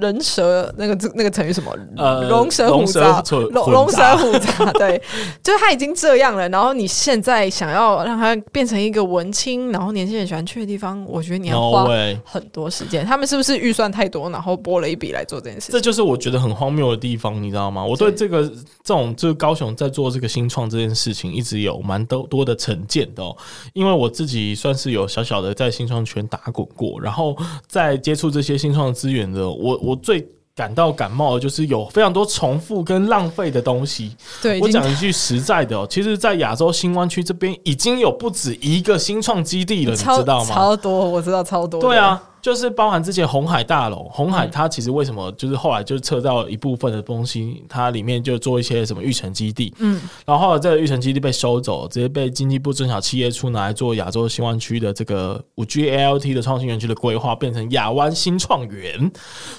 D: 人蛇那个那个成语什么
C: 呃
D: 龙蛇虎
C: 龙蛇
D: 杂
C: 混，
D: 龙
C: 混
D: 龙
C: 杂
D: 蛇虎杂， 对，就是他已经这样了。然后你现在想要让它变成一个文青，然后年轻人喜欢去的地方，我觉得你要
C: No
D: 花
C: way
D: 很多时间。他们是不是预算太多，然后拨了一笔来做这件事
C: 这
D: 情？
C: 就是我觉得很荒谬的地方，你知道吗？我对这个这种就是高雄在做这个新创这件事情，一直有蛮多多的成见的哦。因为我自己算是有小小的在新创圈打滚过，然后在接触这些新创资源的，我我最。感到感冒的就是有非常多重复跟浪费的东西。
D: 对，已
C: 我
D: 经
C: 讲一句实在的哦，其实，在亚洲新湾区这边已经有不止一个新创基地了，你
D: 超
C: 知道吗？
D: 超多，我知道超多。
C: 对，啊，就是包含之前红海大楼，红海它其实为什么就是后来就撤掉一部分的东西，它里面就做一些什么育成基地，嗯，然后后来这个育成基地被收走，直接被经济部中小企业处拿来做亚洲新湾区的这个五 G ALT 的创新园区的规划，变成亚湾新创园。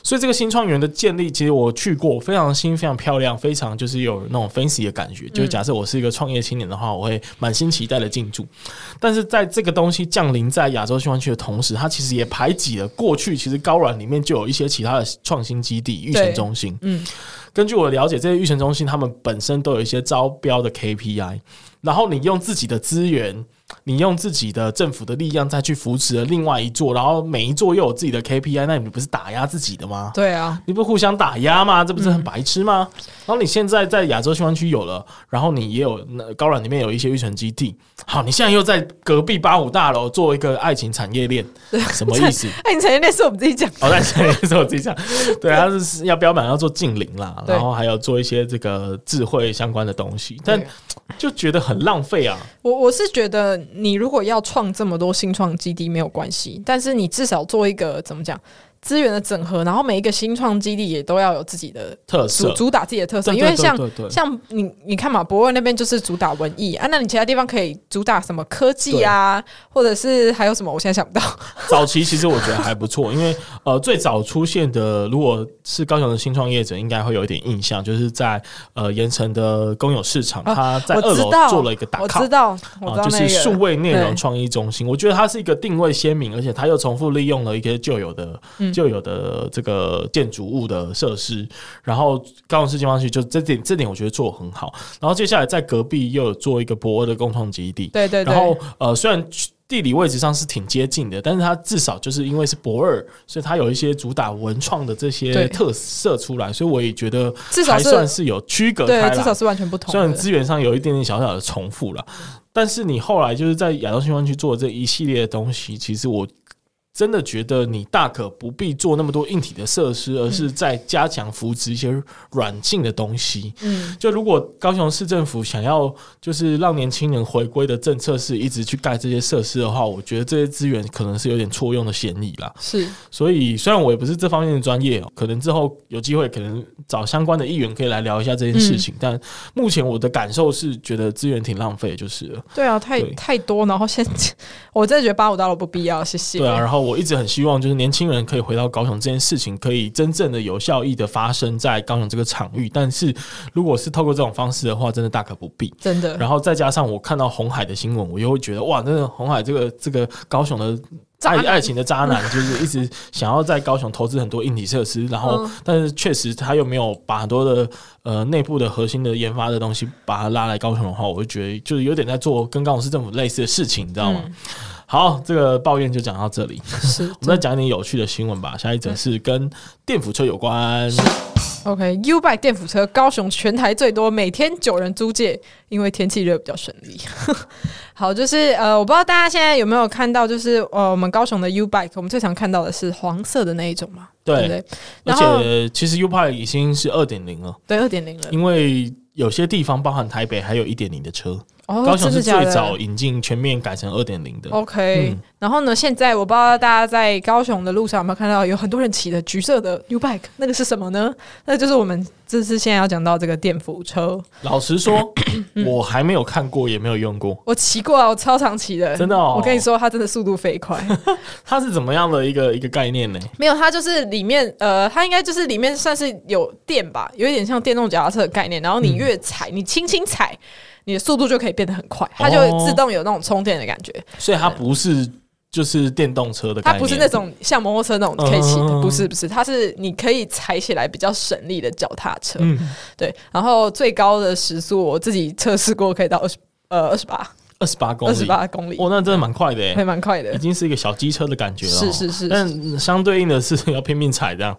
C: 所以这个新创园的建立，其实我去过，非常新，非常漂亮，非常就是有那种 fancy 的感觉。就是假设我是一个创业青年的话，我会满心期待的进驻。但是在这个东西降临在亚洲新湾区的同时，它其实也排挤题了。过去其实高软里面就有一些其他的创新基地、育成中心。
D: 嗯，
C: 根据我的了解，这些育成中心他们本身都有一些招标的 KPI，然后你用自己的资源，你用自己的政府的力量再去扶持了另外一座，然后每一座又有自己的 KPI，那你不是打压自己的吗？
D: 对啊，
C: 你不互相打压吗？这不是很白痴吗？然后你现在在亚洲新湾区有了，然后你也有那高软里面有一些育成基地，好，你现在又在隔壁八五大楼做一个爱情产业链，什么意思？
D: 哎，你产业链是 我们自己讲，
C: 哦，在这里是我自己 讲，对，他是要标榜要做近邻啦，
D: 对
C: 然后还有做一些这个智慧相关的东西，但
D: 对
C: 就觉得很浪费啊。
D: 我我是觉得，你如果要创这么多新创基地没有关系，但是你至少做一个怎么讲资源的整合，然后每一个新创基地也都要有自己的
C: 特
D: 主
C: 色，
D: 主打自己的特色，
C: 对
D: 因为像
C: 对对对
D: 像你你看嘛，博文那边就是主打文艺啊，那你其他地方可以主打什么科技啊，或者是还有什么？我现在想不到。
C: 早期其实我觉得还不错，因为呃最早出现的如果是高雄的新创业者，应该会有一点印象，就是在呃盐城的公有市场，
D: 啊
C: 他在
D: 我
C: 二
D: 知
C: 楼
D: 道
C: 做了一个打
D: 我
C: 卡
D: 知。道，我知
C: 啊，
D: 道
C: 就
D: 那
C: 是
D: 个
C: 数位内容
D: 对
C: 创意中心，我觉得它是一个定位鲜明，而且它又重复利用了一些旧有的、
D: 嗯
C: 旧有的这个建筑物的设施，然后高雄市金方区就这点这点我觉得做得很好。然后接下来在隔壁又有做一个博尔的共创基地，
D: 对对对，
C: 然后呃，虽然地理位置上是挺接近的，但是它至少就是因为是博尔，所以它有一些主打文创的这些
D: 对
C: 特色出来，所以我也觉得
D: 至少
C: 还
D: 是
C: 算是有区隔
D: 对
C: 开，
D: 至少
C: 来。
D: 是完全不同
C: 虽然
D: 的。
C: 资源上有一点点小小的重复了，但是你后来就是在亚洲新湾区做这一系列的东西，其实我。真的觉得你大可不必做那么多硬体的设施，而
D: 嗯
C: 是在加强扶植一些软性的东西。
D: 嗯，
C: 就如果高雄市政府想要就是让年轻人回归的政策是一直去盖这些设施的话，我觉得这些资源可能是有点错用的嫌疑啦。
D: 是
C: 所以虽然我也不是这方面的专业哦，可能之后有机会可能找相关的议员可以来聊一下这件事情，但目前我的感受是觉得资源挺浪费，就是了
D: 对啊，太
C: 对
D: 太多，然后现在我真的觉得八五大楼不必要，谢谢。
C: 对啊。然后我一直很希望就是年轻人可以回到高雄这件事情可以真正的有效益的发生在高雄这个场域，但是如果是透过这种方式的话，真的大可不必。
D: 真 的
C: 然后再加上我看到红海的新闻，我又会觉得哇，真的红海这个这个高雄的
D: 渣
C: 爱
D: 男
C: 爱情的渣男，就是一直想要在高雄投资很多硬体设施，然后、
D: 嗯
C: 但是确实他又没有把很多的呃内部的核心的研发的东西把它拉来高雄的话，我就觉得就是有点在做跟高雄市政府类似的事情，你知道
D: 嗯
C: 吗？好，这个抱怨就讲到这里。
D: 是
C: 我们再讲一点有趣的新闻吧。下一则是跟电辅车有关。
D: OK。U Bike 电辅车，高雄全台最多，每天九人租借，因为天气热比较顺利。 好，就是呃，我不知道大家现在有没有看到，就是呃，我们高雄的 U Bike，我们最常看到的是黄色的那一种嘛，对不
C: 对，
D: 对？
C: 而
D: 然后
C: 且其实 U p i 已经是二点零了。
D: 对二点零了，
C: 因为有些地方，包含台北，还有一点零的车。
D: 哦，
C: 高雄
D: 真
C: 是
D: 的哦假
C: 最
D: 的
C: 早引进全面改成二点零的。
D: OK，、
C: 嗯
D: 然后呢？现在我不知道大家在高雄的路上有没有看到有很多人骑的橘色的 U bike，那个是什么呢？那就是我们这次现在要讲到这个电扶车。
C: 老实说，
D: 嗯
C: 我还没有看过，也没有用过。
D: 我骑过啊，我超常骑的，
C: 真的哦
D: 我跟你说，它真的速度 飞快。
C: 它是怎么样的一个一个概念呢？
D: 没有，它就是里面呃，它应该就是里面算是有电吧，有一点像电动脚踏车的概念。然后你越
C: 嗯
D: 踩，你轻轻踩，你的速度就可以变得很快，它就
C: 哦
D: 自动有那种充电的感觉。
C: 所以它不是就是电动车的概
D: 它
C: 念，
D: 不是那种像摩托车那种可以骑
C: 嗯
D: 的，不是不是，它是你可以踩起来比较省力的脚踏车。
C: 嗯
D: 对，然后最高的时速我自己测试过，可以到二十呃二十八
C: 二十八公里。
D: 二十八公里，
C: 哦，那真的蛮快的
D: 还
C: 耶，
D: 蛮快
C: 已
D: 的。
C: 经是一个小机车的感觉了哦。
D: 是是是
C: 但相对应的是要拼命踩这样。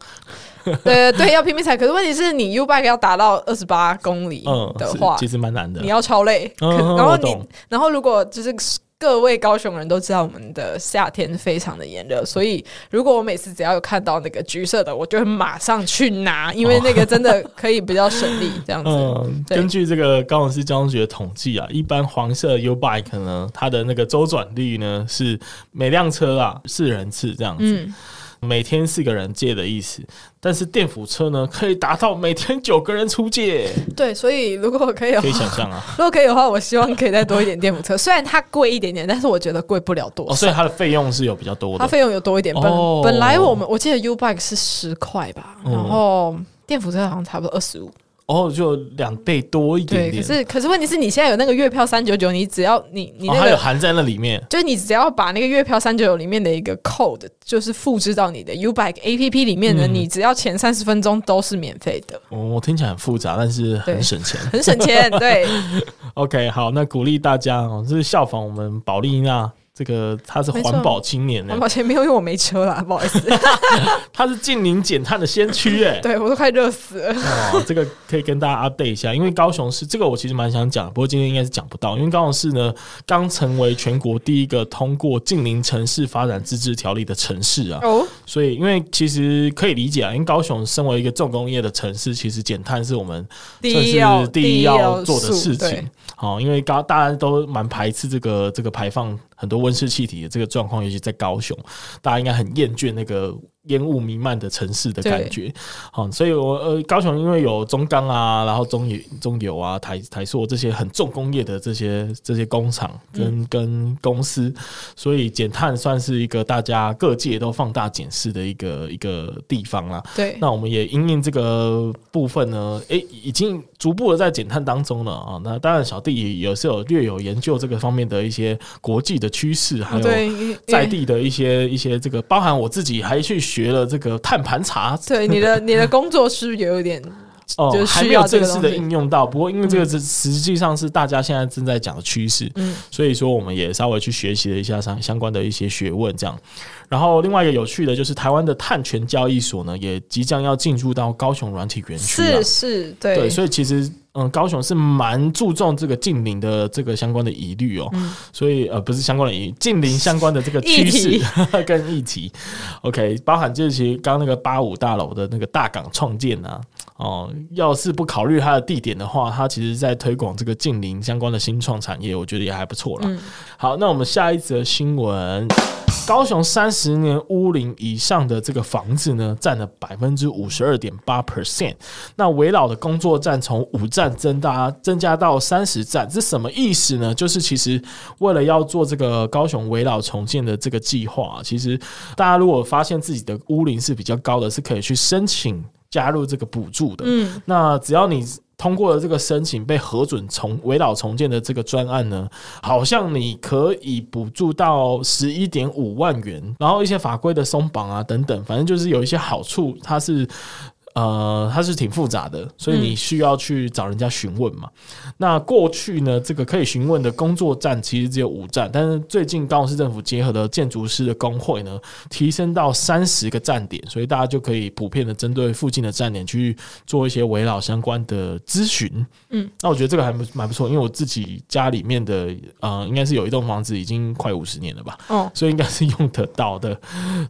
D: 对对，要拼命踩。可是问题是你 U bike 要达到二十八公里
C: 嗯，
D: 的
C: 是
D: 话，
C: 其实蛮难的
D: 你。要超累。可
C: 嗯嗯
D: 然后
C: 我
D: 你
C: 懂，
D: 然后如果就是。各位高雄人都知道，我们的夏天非常的炎热，所以如果我每次只要有看到那个橘色的，我就会马上去拿，因为那个真的可以比较省力，这样子。
C: 嗯，
D: 对
C: 根据这个高雄市交通局的统计啊，一般黄色 U bike 呢，它的那个周转率呢是每辆车啊四人次这样子，
D: 嗯，
C: 每天四个人借的意思。但是电辅车呢，可以达到每天九个人出 借，
D: 对，所以如果可以的
C: 可以
D: 话，
C: 想象啊。
D: 如果可以的话，我希望可以再多一点电扶车，虽然它贵一点点，但是我觉得贵不了多
C: 哦，
D: 少。
C: 所以它的费用是有比较多
D: 它
C: 的。
D: 费用有多一点，本、
C: 哦
D: 本来我们我记得 U Bike 是十块吧，
C: 嗯
D: 然后电扶车好像差不多二十五，
C: 哦，就两倍多一点
D: 对，可
C: 点，
D: 是可是问题是你现在有那个月票三九九，你只要你你
C: 哦，
D: 那
C: 它
D: 个、
C: 有含在那里面。
D: 就是你只要把那个月票三九九里面的一个 code，就是复制到你的 U Bike A P P 里面的，
C: 嗯
D: 你只要前三十分钟都是免费的，
C: 哦我听起来很复杂，但是很
D: 对
C: 省 钱。
D: 很省钱。 对，
C: OK，好，那鼓励大家哦，这是效仿我们保利娜这个，她是
D: 没错
C: 环保青年呢
D: 环，保前哦没有，因为我没车啦，不好意思，
C: 她是近邻减碳的先驱哎。
D: 对我都快热死了。
C: 哦，这个可以跟大家 update 一下，因为高雄市这个我其实蛮想讲，不过今天应该是讲不到，因为高雄市呢刚成为全国第一个通过近邻城市发展自治条例的城市啊，
D: 哦，
C: 所以因为其实可以理解啊，因为高雄身为一个重工业的城市，其实减碳是我们
D: 第
C: 算
D: 一
C: 是
D: 要
C: 第一要做的
D: 素
C: 事
D: 对
C: 情。好，因为高大家都蛮排斥这个这个排放很多温室气体的这个状况，尤其在高雄，大家应该很厌倦那个烟雾弥漫的城市的感觉。好，所以我呃，高雄因为有中钢啊，然后中油、中油啊、台台塑这些很重工业的这些这些工厂跟、跟公司，所以减碳算是一个大家各界都放大检视的一个一个地方啦。
D: 对，
C: 那我们也因应这个部分呢，诶、已经逐步的在减碳当中了啊。那当然，小弟也也是有略有研究这个方面的一些国际的趋势，还
D: 哦
C: 有
D: 对，因为
C: 在。地的一些一些这个，包含我自己还去学了这个碳盘查，
D: 对你的你的工作是不是也 有点
C: 哦、
D: 就是
C: 还
D: 需
C: 没有
D: 要这
C: 正式
D: 个
C: 的
D: 东西
C: 应用到。不过，因为这个是实际上是大家现在正在讲的趋势，
D: 嗯
C: 所以说我们也稍微去学习了一下相相关的一些学问，这样。然后另外一个有趣的就是，台湾的碳权交易所呢，也即将要进入到高雄软体园区、啊，
D: 是是对
C: 对，所以其实嗯，高雄是蛮注重这个近邻的这个相关的疑虑哦，
D: 嗯
C: 所以呃，不是相关的疑虑，近邻相关的这个趋
D: 议
C: 势
D: 题
C: 跟议题，OK，包含就是其实刚刚那个八五大楼的那个大港创建啊。哦，要是不考虑它的地点的话，它其实在推广这个近邻相关的新创产业，我觉得也还不错啦。
D: 嗯
C: 好，那我们下一则新闻，高雄三十年屋龄以上的这个房子呢，占了百分之五十二点八 percent。那围绕的工作站从五站增大增加到三十站，这什么意思呢？就是其实为了要做这个高雄围绕重建的这个计划，啊其实大家如果发现自己的屋龄是比较高的，是可以去申请加入这个补助的。
D: 嗯
C: 那只要你通过了这个申请被核准重围绕重建的这个专案呢，好像你可以补助到十一点五万元，然后一些法规的松绑啊等等，反正就是有一些好处，它是。呃，它是挺复杂的，所以你
D: 嗯
C: 需要去找人家询问嘛。那过去呢，这个可以询问的工作站其实只有五站，但是最近高雄市政府结合了建筑师的工会呢，提升到三十个站点，所以大家就可以普遍的针对附近的站点去做一些围绕相关的咨询。
D: 嗯，
C: 那我觉得这个还不蛮不错，因为我自己家里面的呃，应该是有一栋房子已经快五十年了吧，
D: 哦，
C: 所以应该是用得到的，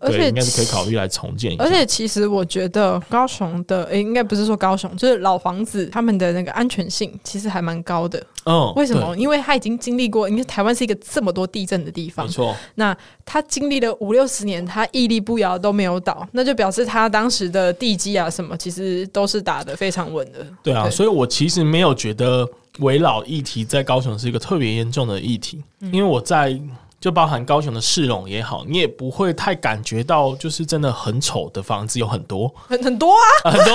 D: 而
C: 对，
D: 且
C: 应该是可以考虑来重建一下。
D: 而且其实我觉得高雄的，诶、应该不是说高雄，就是老房子他们的那个安全性其实还蛮高的。
C: 嗯，
D: 为什
C: 对？
D: 么？因为它已经经历过，因为台湾是一个这么多地震的地方
C: 没，错，
D: 那它经历了五六十年，它屹立不摇都没有倒，那就表示它当时的地基啊什么，其实都是打得非常稳的。
C: 对啊，
D: 对
C: 所以我其实没有觉得围绕议题在高雄是一个特别严重的议题，
D: 嗯
C: 因为我在就包含高雄的市容也好，你也不会太感觉到就是真的很丑的房子有很 多
D: 很 很多啊，
C: 很多，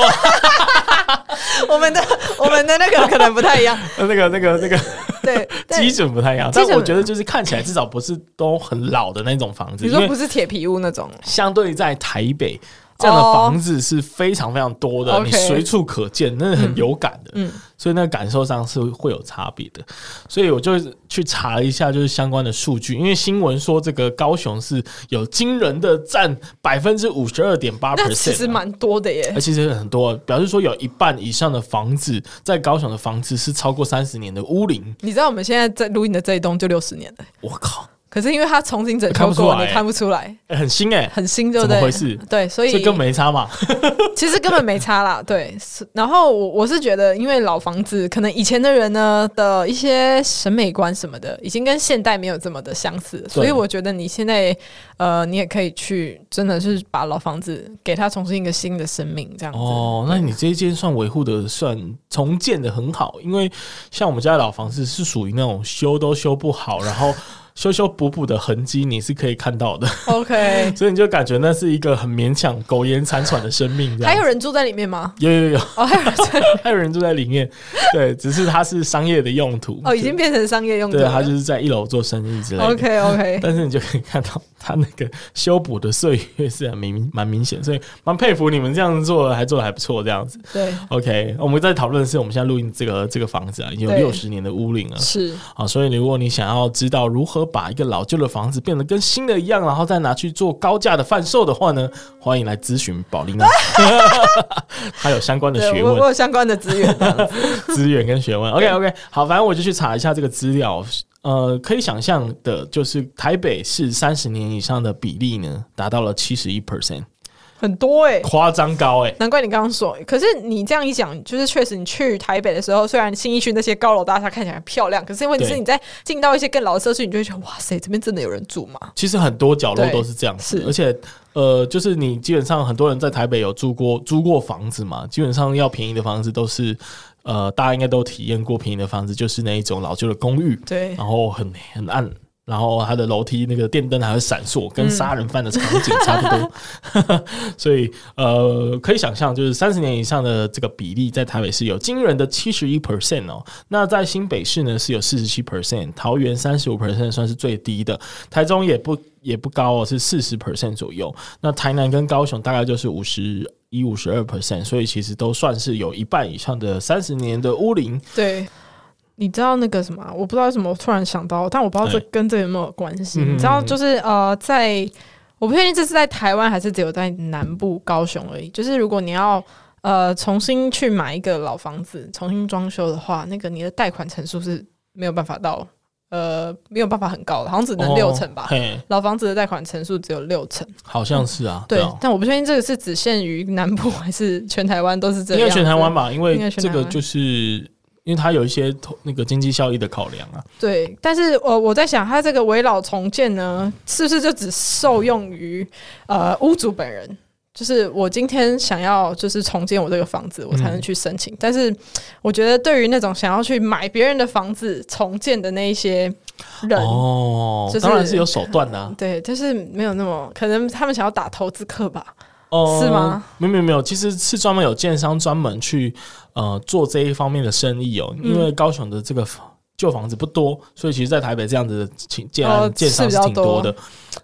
D: 我们的我们的那个可能不太一 样，
C: 那个那个那个
D: 对，但
C: 基准不太一样，
D: 基
C: 但
D: 准
C: 我觉得就是看起来至少不是都很老的那种房子，
D: 你
C: 因
D: 说
C: 为
D: 不是铁皮屋那种，
C: 相对在台北这样的
D: 哦
C: 房子是非常非常多的，
D: OK
C: 你随处可见，那是很有感的。
D: 嗯，
C: 所以那个感受上是会有差别的。所以我就去查了一下，就是相关的数据，因为新闻说这个高雄是有惊人的占百分之五十二点八
D: 那其实
C: percent。啊
D: 蛮多的耶
C: 而。其实很多，表示说有一半以上的房子在高雄的房子是超过三十年的屋龄。
D: 你知道我们现在在录音的这一栋就六十年了，
C: 我靠，
D: 可是因为它重新整修
C: 看不出
D: 过，
C: 来
D: 你看不出来，
C: 欸很新哎、
D: 很新，对不对？
C: 怎么回事
D: 对，所
C: 这
D: 以
C: 跟没差嘛。
D: 其实根本没 差啦。对，是然后我我是觉得，因为老房子可能以前的人呢的一些审美观什么的，已经跟现代没有这么的相似了，所以我觉得你现在呃，你也可以去真的是把老房子给它重新一个新的生命，这样子。
C: 哦，那你这一间算维护的算重建的很好，因为像我们家的老房子是属于那种修都修不好，然后 修修补补的痕迹，你是可以看到的，
D: OK，
C: 所以你就感觉那是一个很勉强、苟延残喘的生命。这样
D: 还有人住在里面吗？
C: 有有有，
D: 哦，还有人住
C: 还有人住在里面，对，只是它是商业的用途。
D: 哦，已经变成商业用途
C: 对，
D: 了。
C: 他就是在一楼做生意之类的。
D: OK OK，
C: 但是你就可以看到他那个修补的岁月是很明蛮明显，所以蛮佩服你们这样做的，还做的还不错这样子。
D: 对，
C: OK，我们在讨论的是我们现在录音这个这个房子啊，已经有
D: 对
C: 六十年的屋龄了。
D: 是
C: 啊，所以如果你想要知道如何把一个老旧的房子变得跟新的一样，然后再拿去做高价的贩售的话呢，欢迎来咨询宝琳娜， 她有相关的
D: 对
C: 学
D: 我我
C: 问、
D: 有相关的资源这样子。
C: 资源跟学问。OK OK，好，反正我就去查一下这个资料。呃，可以想象的就是台北市三十年以上的比例呢，达到了七十一 percent，
D: 很多哎、
C: 夸张高哎、
D: 难怪你刚刚说，可是你这样一讲，就是确实你去台北的时候，虽然新一区那些高楼大厦看起来很漂亮，可是问题是
C: 对
D: 你在进到一些更老的社区，你就会觉得哇塞，这边真的有人住吗？
C: 其实很多角落
D: 对
C: 都是这样子，
D: 是
C: 而且呃，就是你基本上很多人在台北有住过租过房子嘛，基本上要便宜的房子都是呃，大家应该都体验过便宜的房子，就是那一种老旧的公寓，
D: 对
C: 然后很很暗。然后它的楼梯那个电灯还会闪烁，跟杀人犯的场景差不多，
D: 嗯
C: 所以呃，可以想象，就是三十年以上的这个比例在台北市有惊人的七十一 percent 哦。那在新北市呢是有四十七 percent，桃园三十五 percent 算是最低的，台中也不也不高哦，是四十 percent 左右。那台南跟高雄大概就是五十一、五十二 percent，所以其实都算是有一半以上的三十年的屋龄。
D: 对。你知道那个什么啊？我不知道为什么我突然想到，但我不知道这
C: 哎
D: 跟这有没有关系。
C: 嗯
D: 你知道，就是呃，在我不确定这是在台湾还是只有在南部高雄而已。就是如果你要呃重新去买一个老房子，重新装修的话，那个你的贷款成数是没有办法到呃没有办法很高的，好像只能六成吧
C: 哦。嘿，
D: 老房子的贷款成数只有六成，
C: 好像是啊，
D: 对，
C: 啊。
D: 但我不确定这个是只限于南部 还是全台湾都是这
C: 应
D: 样。
C: 该选台湾，吧，因为
D: 应该选
C: 这
D: 台
C: 个
D: 湾
C: 就是因为它有一些投那个经济效益的考量啊。
D: 对，但是呃，我在想，它这个围老重建呢，是不是就只受用于呃屋主本人？就是我今天想要就是重建我这个房子，我才能去申
C: 嗯
D: 请。但是我觉得，对于那种想要去买别人的房子重建的那一些人，
C: 哦，
D: 就是
C: 当然是有手段的、啊。
D: 对，就是没有那么可能，他们想要打投资客吧？
C: 哦，
D: 是吗？
C: 没有没有没有，其实是专门有建商专门去呃做这一方面的生意哦，
D: 嗯
C: 因为高雄的这个房旧房子不多，所以其实，在台北这样子的请建案、
D: 哦
C: 建商
D: 是
C: 是
D: 比较
C: 挺多
D: 多
C: 的。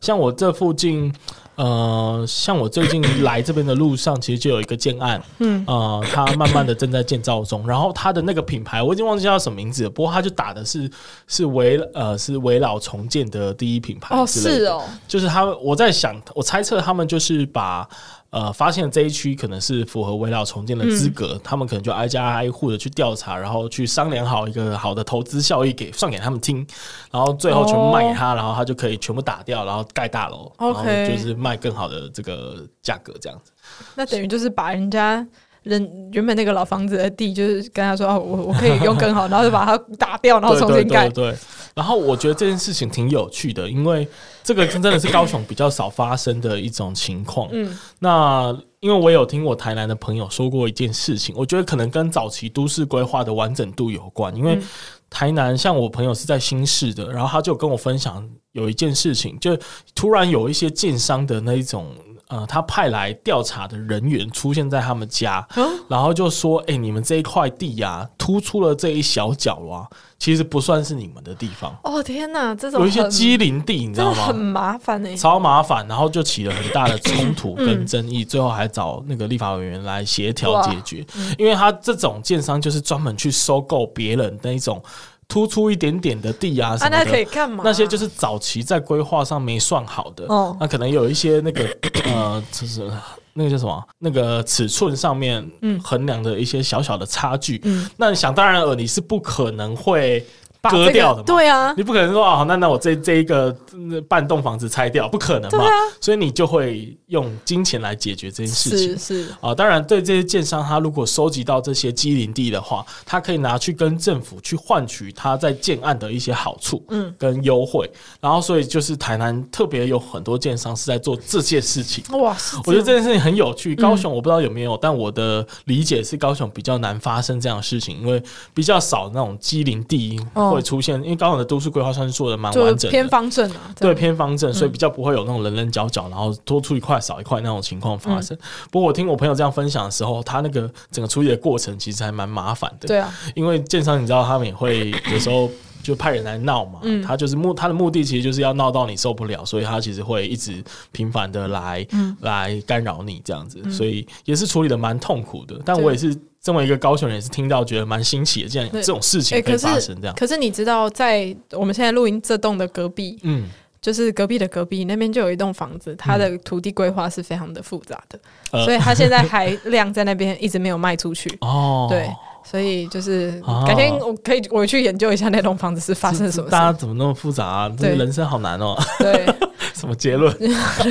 C: 像我这附近，呃，像我最近来这边的路上，其实就有一个建案，嗯，呃，它慢慢的正在建造中。然后它的那个品牌我已经忘记叫什么名字了，不过它就打的是是围呃是围老重建的第一品牌
D: 哦，
C: 之类的
D: 是哦，
C: 就是他们，我在想，我猜测他们就是把呃发现这一区可能是符合围绕重建的资格，他们可能就挨家挨户的去调查，然后去商量好一个好的投资效益给算给他们听，然后最后全部卖给他，然后他就可以全部打掉，然后盖大楼，然后
D: OK
C: 就是卖更好的这个价格这样子。
D: 那等于就是把人家人原本那个老房子的地，就是跟他说哦，我我可以用 更好，然后就把它打掉，然后
C: 对
D: 重
C: 对
D: 新盖
C: 对。对。然后我觉得这件事情挺有趣的，因为这个真的是高雄比较少发生的一种情况。嗯，那因为我有听我台南的朋友说过一件事情，我觉得可能跟早期都市规划的完整度有关，因为。
D: 嗯
C: 台南像我朋友是在新市的，然后他就跟我分享有一件事情，就突然有一些建商的那一种呃，他派来调查的人员出现在他们家，
D: 哦
C: 然后就说：“哎、你们这一块地呀、突出了这一小角啊，其实不算是你们的地方，
D: 哦天哪，这种
C: 有一些
D: 很
C: 机灵地，你知
D: 真的
C: 道
D: 很
C: 吗？
D: 麻烦哎、
C: 超麻烦，然后就起了很大的冲突跟争议，最后还找那个立法委员来协调
D: 哇嗯
C: 解决，因为他这种建商就是专门去收购别人那一种突出一点点的地啊什
D: 啊，
C: 么的，
D: 那可以干嘛？
C: 那些就是早期在规划上没算好的，
D: 哦
C: 那可能有一些那个 呃，就是那个叫什么，那个尺寸上面
D: 嗯
C: 衡量的一些小小的差距。那你想当然了，你是不可能会
D: 把
C: 割
D: 这
C: 掉
D: 个
C: 的嘛。
D: 对 啊，
C: 你不可能说啊，那那我这这一个嗯半栋房子拆掉，不可能嘛，
D: 对啊
C: 所以你就会用金钱来解决这件事情
D: 是。是，
C: 啊，当然，对这些建商，他如果收集到这些机林地的话，他可以拿去跟政府去换取他在建案的一些好处，嗯，跟优惠。然后，所以就是台南特别有很多建商是在做这些事情。
D: 哇，是嗯
C: 我觉得
D: 样
C: 这件事情很有趣。高雄我不知道有没有，但我的理解是高雄比较难发生这样的事情，因为比较少那种机林地
B: 哦
C: 会出现，因为高雄的都市规划算是做的蛮
D: 就
C: 完整
D: 偏
C: 的。
D: 方正啊，这
C: 对
D: 样，
C: 偏方正，所以比较不会有那种棱棱角角，然后多出一块少一块那种情况
D: 嗯
C: 发生。不过我听我朋友这样分享的时候，他那个整个处理的过程其实还蛮麻烦的。
D: 对啊，
C: 因为建商你知道他们也 会有时候就派人来闹嘛，
D: 嗯
C: 他就是目他的目的其实就是要闹到你受不了，所以他其实会一直频繁的来、
D: 嗯
C: 来干扰你这样子，所以也是处理的蛮痛苦的。但
D: 对
C: 我也是身为一个高雄人，也是听到觉得蛮新奇的，竟然有
D: 对
C: 这种事情
D: 哎，
C: 可以
D: 可
C: 发
D: 是
C: 生这样。
D: 可是你知道，在我们现在录音这栋的隔壁，
C: 嗯，
D: 就是隔壁的隔壁那边就有一栋房子，它的土地规划是非常的复杂的，
C: 呃
D: 所以它 现在还晾在那边，一直没有卖出去。
C: 哦，
D: 对，所以就是
C: 哦
D: 改天我可以我去研究一下那栋房子是发生了什么
C: 大家
D: 事。
C: 怎么那么复杂啊？这
D: 对
C: 人生好难哦，
D: 对，
C: 什么结 论？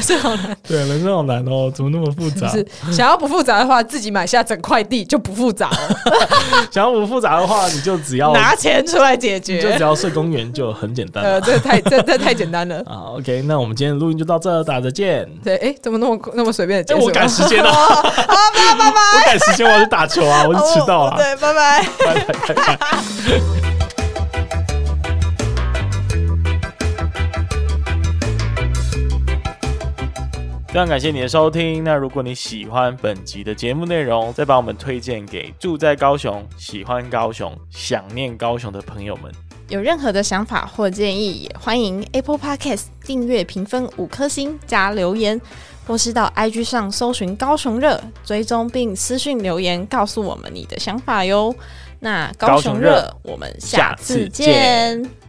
D: 这好难。
C: 对，人生好难哦，怎么那么复杂？
D: 是想要不复杂的话，自己买下整块地就不复杂了，
C: 想要不复杂的话，你就只要
D: 拿钱出来解
C: 你就只
D: 决。
C: 要睡公园就很简单了
D: 呃，。这太这这太简单了。
C: 啊，OK，那我们今天的录音就到这，大家再见。
D: 对，哎，怎么那么那么随便的
C: 哎、
D: 结束
C: 我
D: 啊？
C: 赶时间了，
D: 好，拜拜拜。
C: 我赶时间，我要去打球啊，我就迟到了、
D: 哦对，拜拜。
C: 拜拜拜拜。非常感谢你的收听。那如果你喜欢本集的节目内容，再把我们推荐给住在高雄、喜欢高雄、想念高雄的朋友们。
E: 有任何的想法或建议，也欢迎 Apple Podcast 订阅、评分五颗星加留言，或是到 IG 上搜寻高雄热，追踪并私讯留言告诉我们你的想法哟。那高
C: 高雄
E: 雄
C: 热
E: 热，我们下
C: 下次
E: 次
C: 见
E: 见。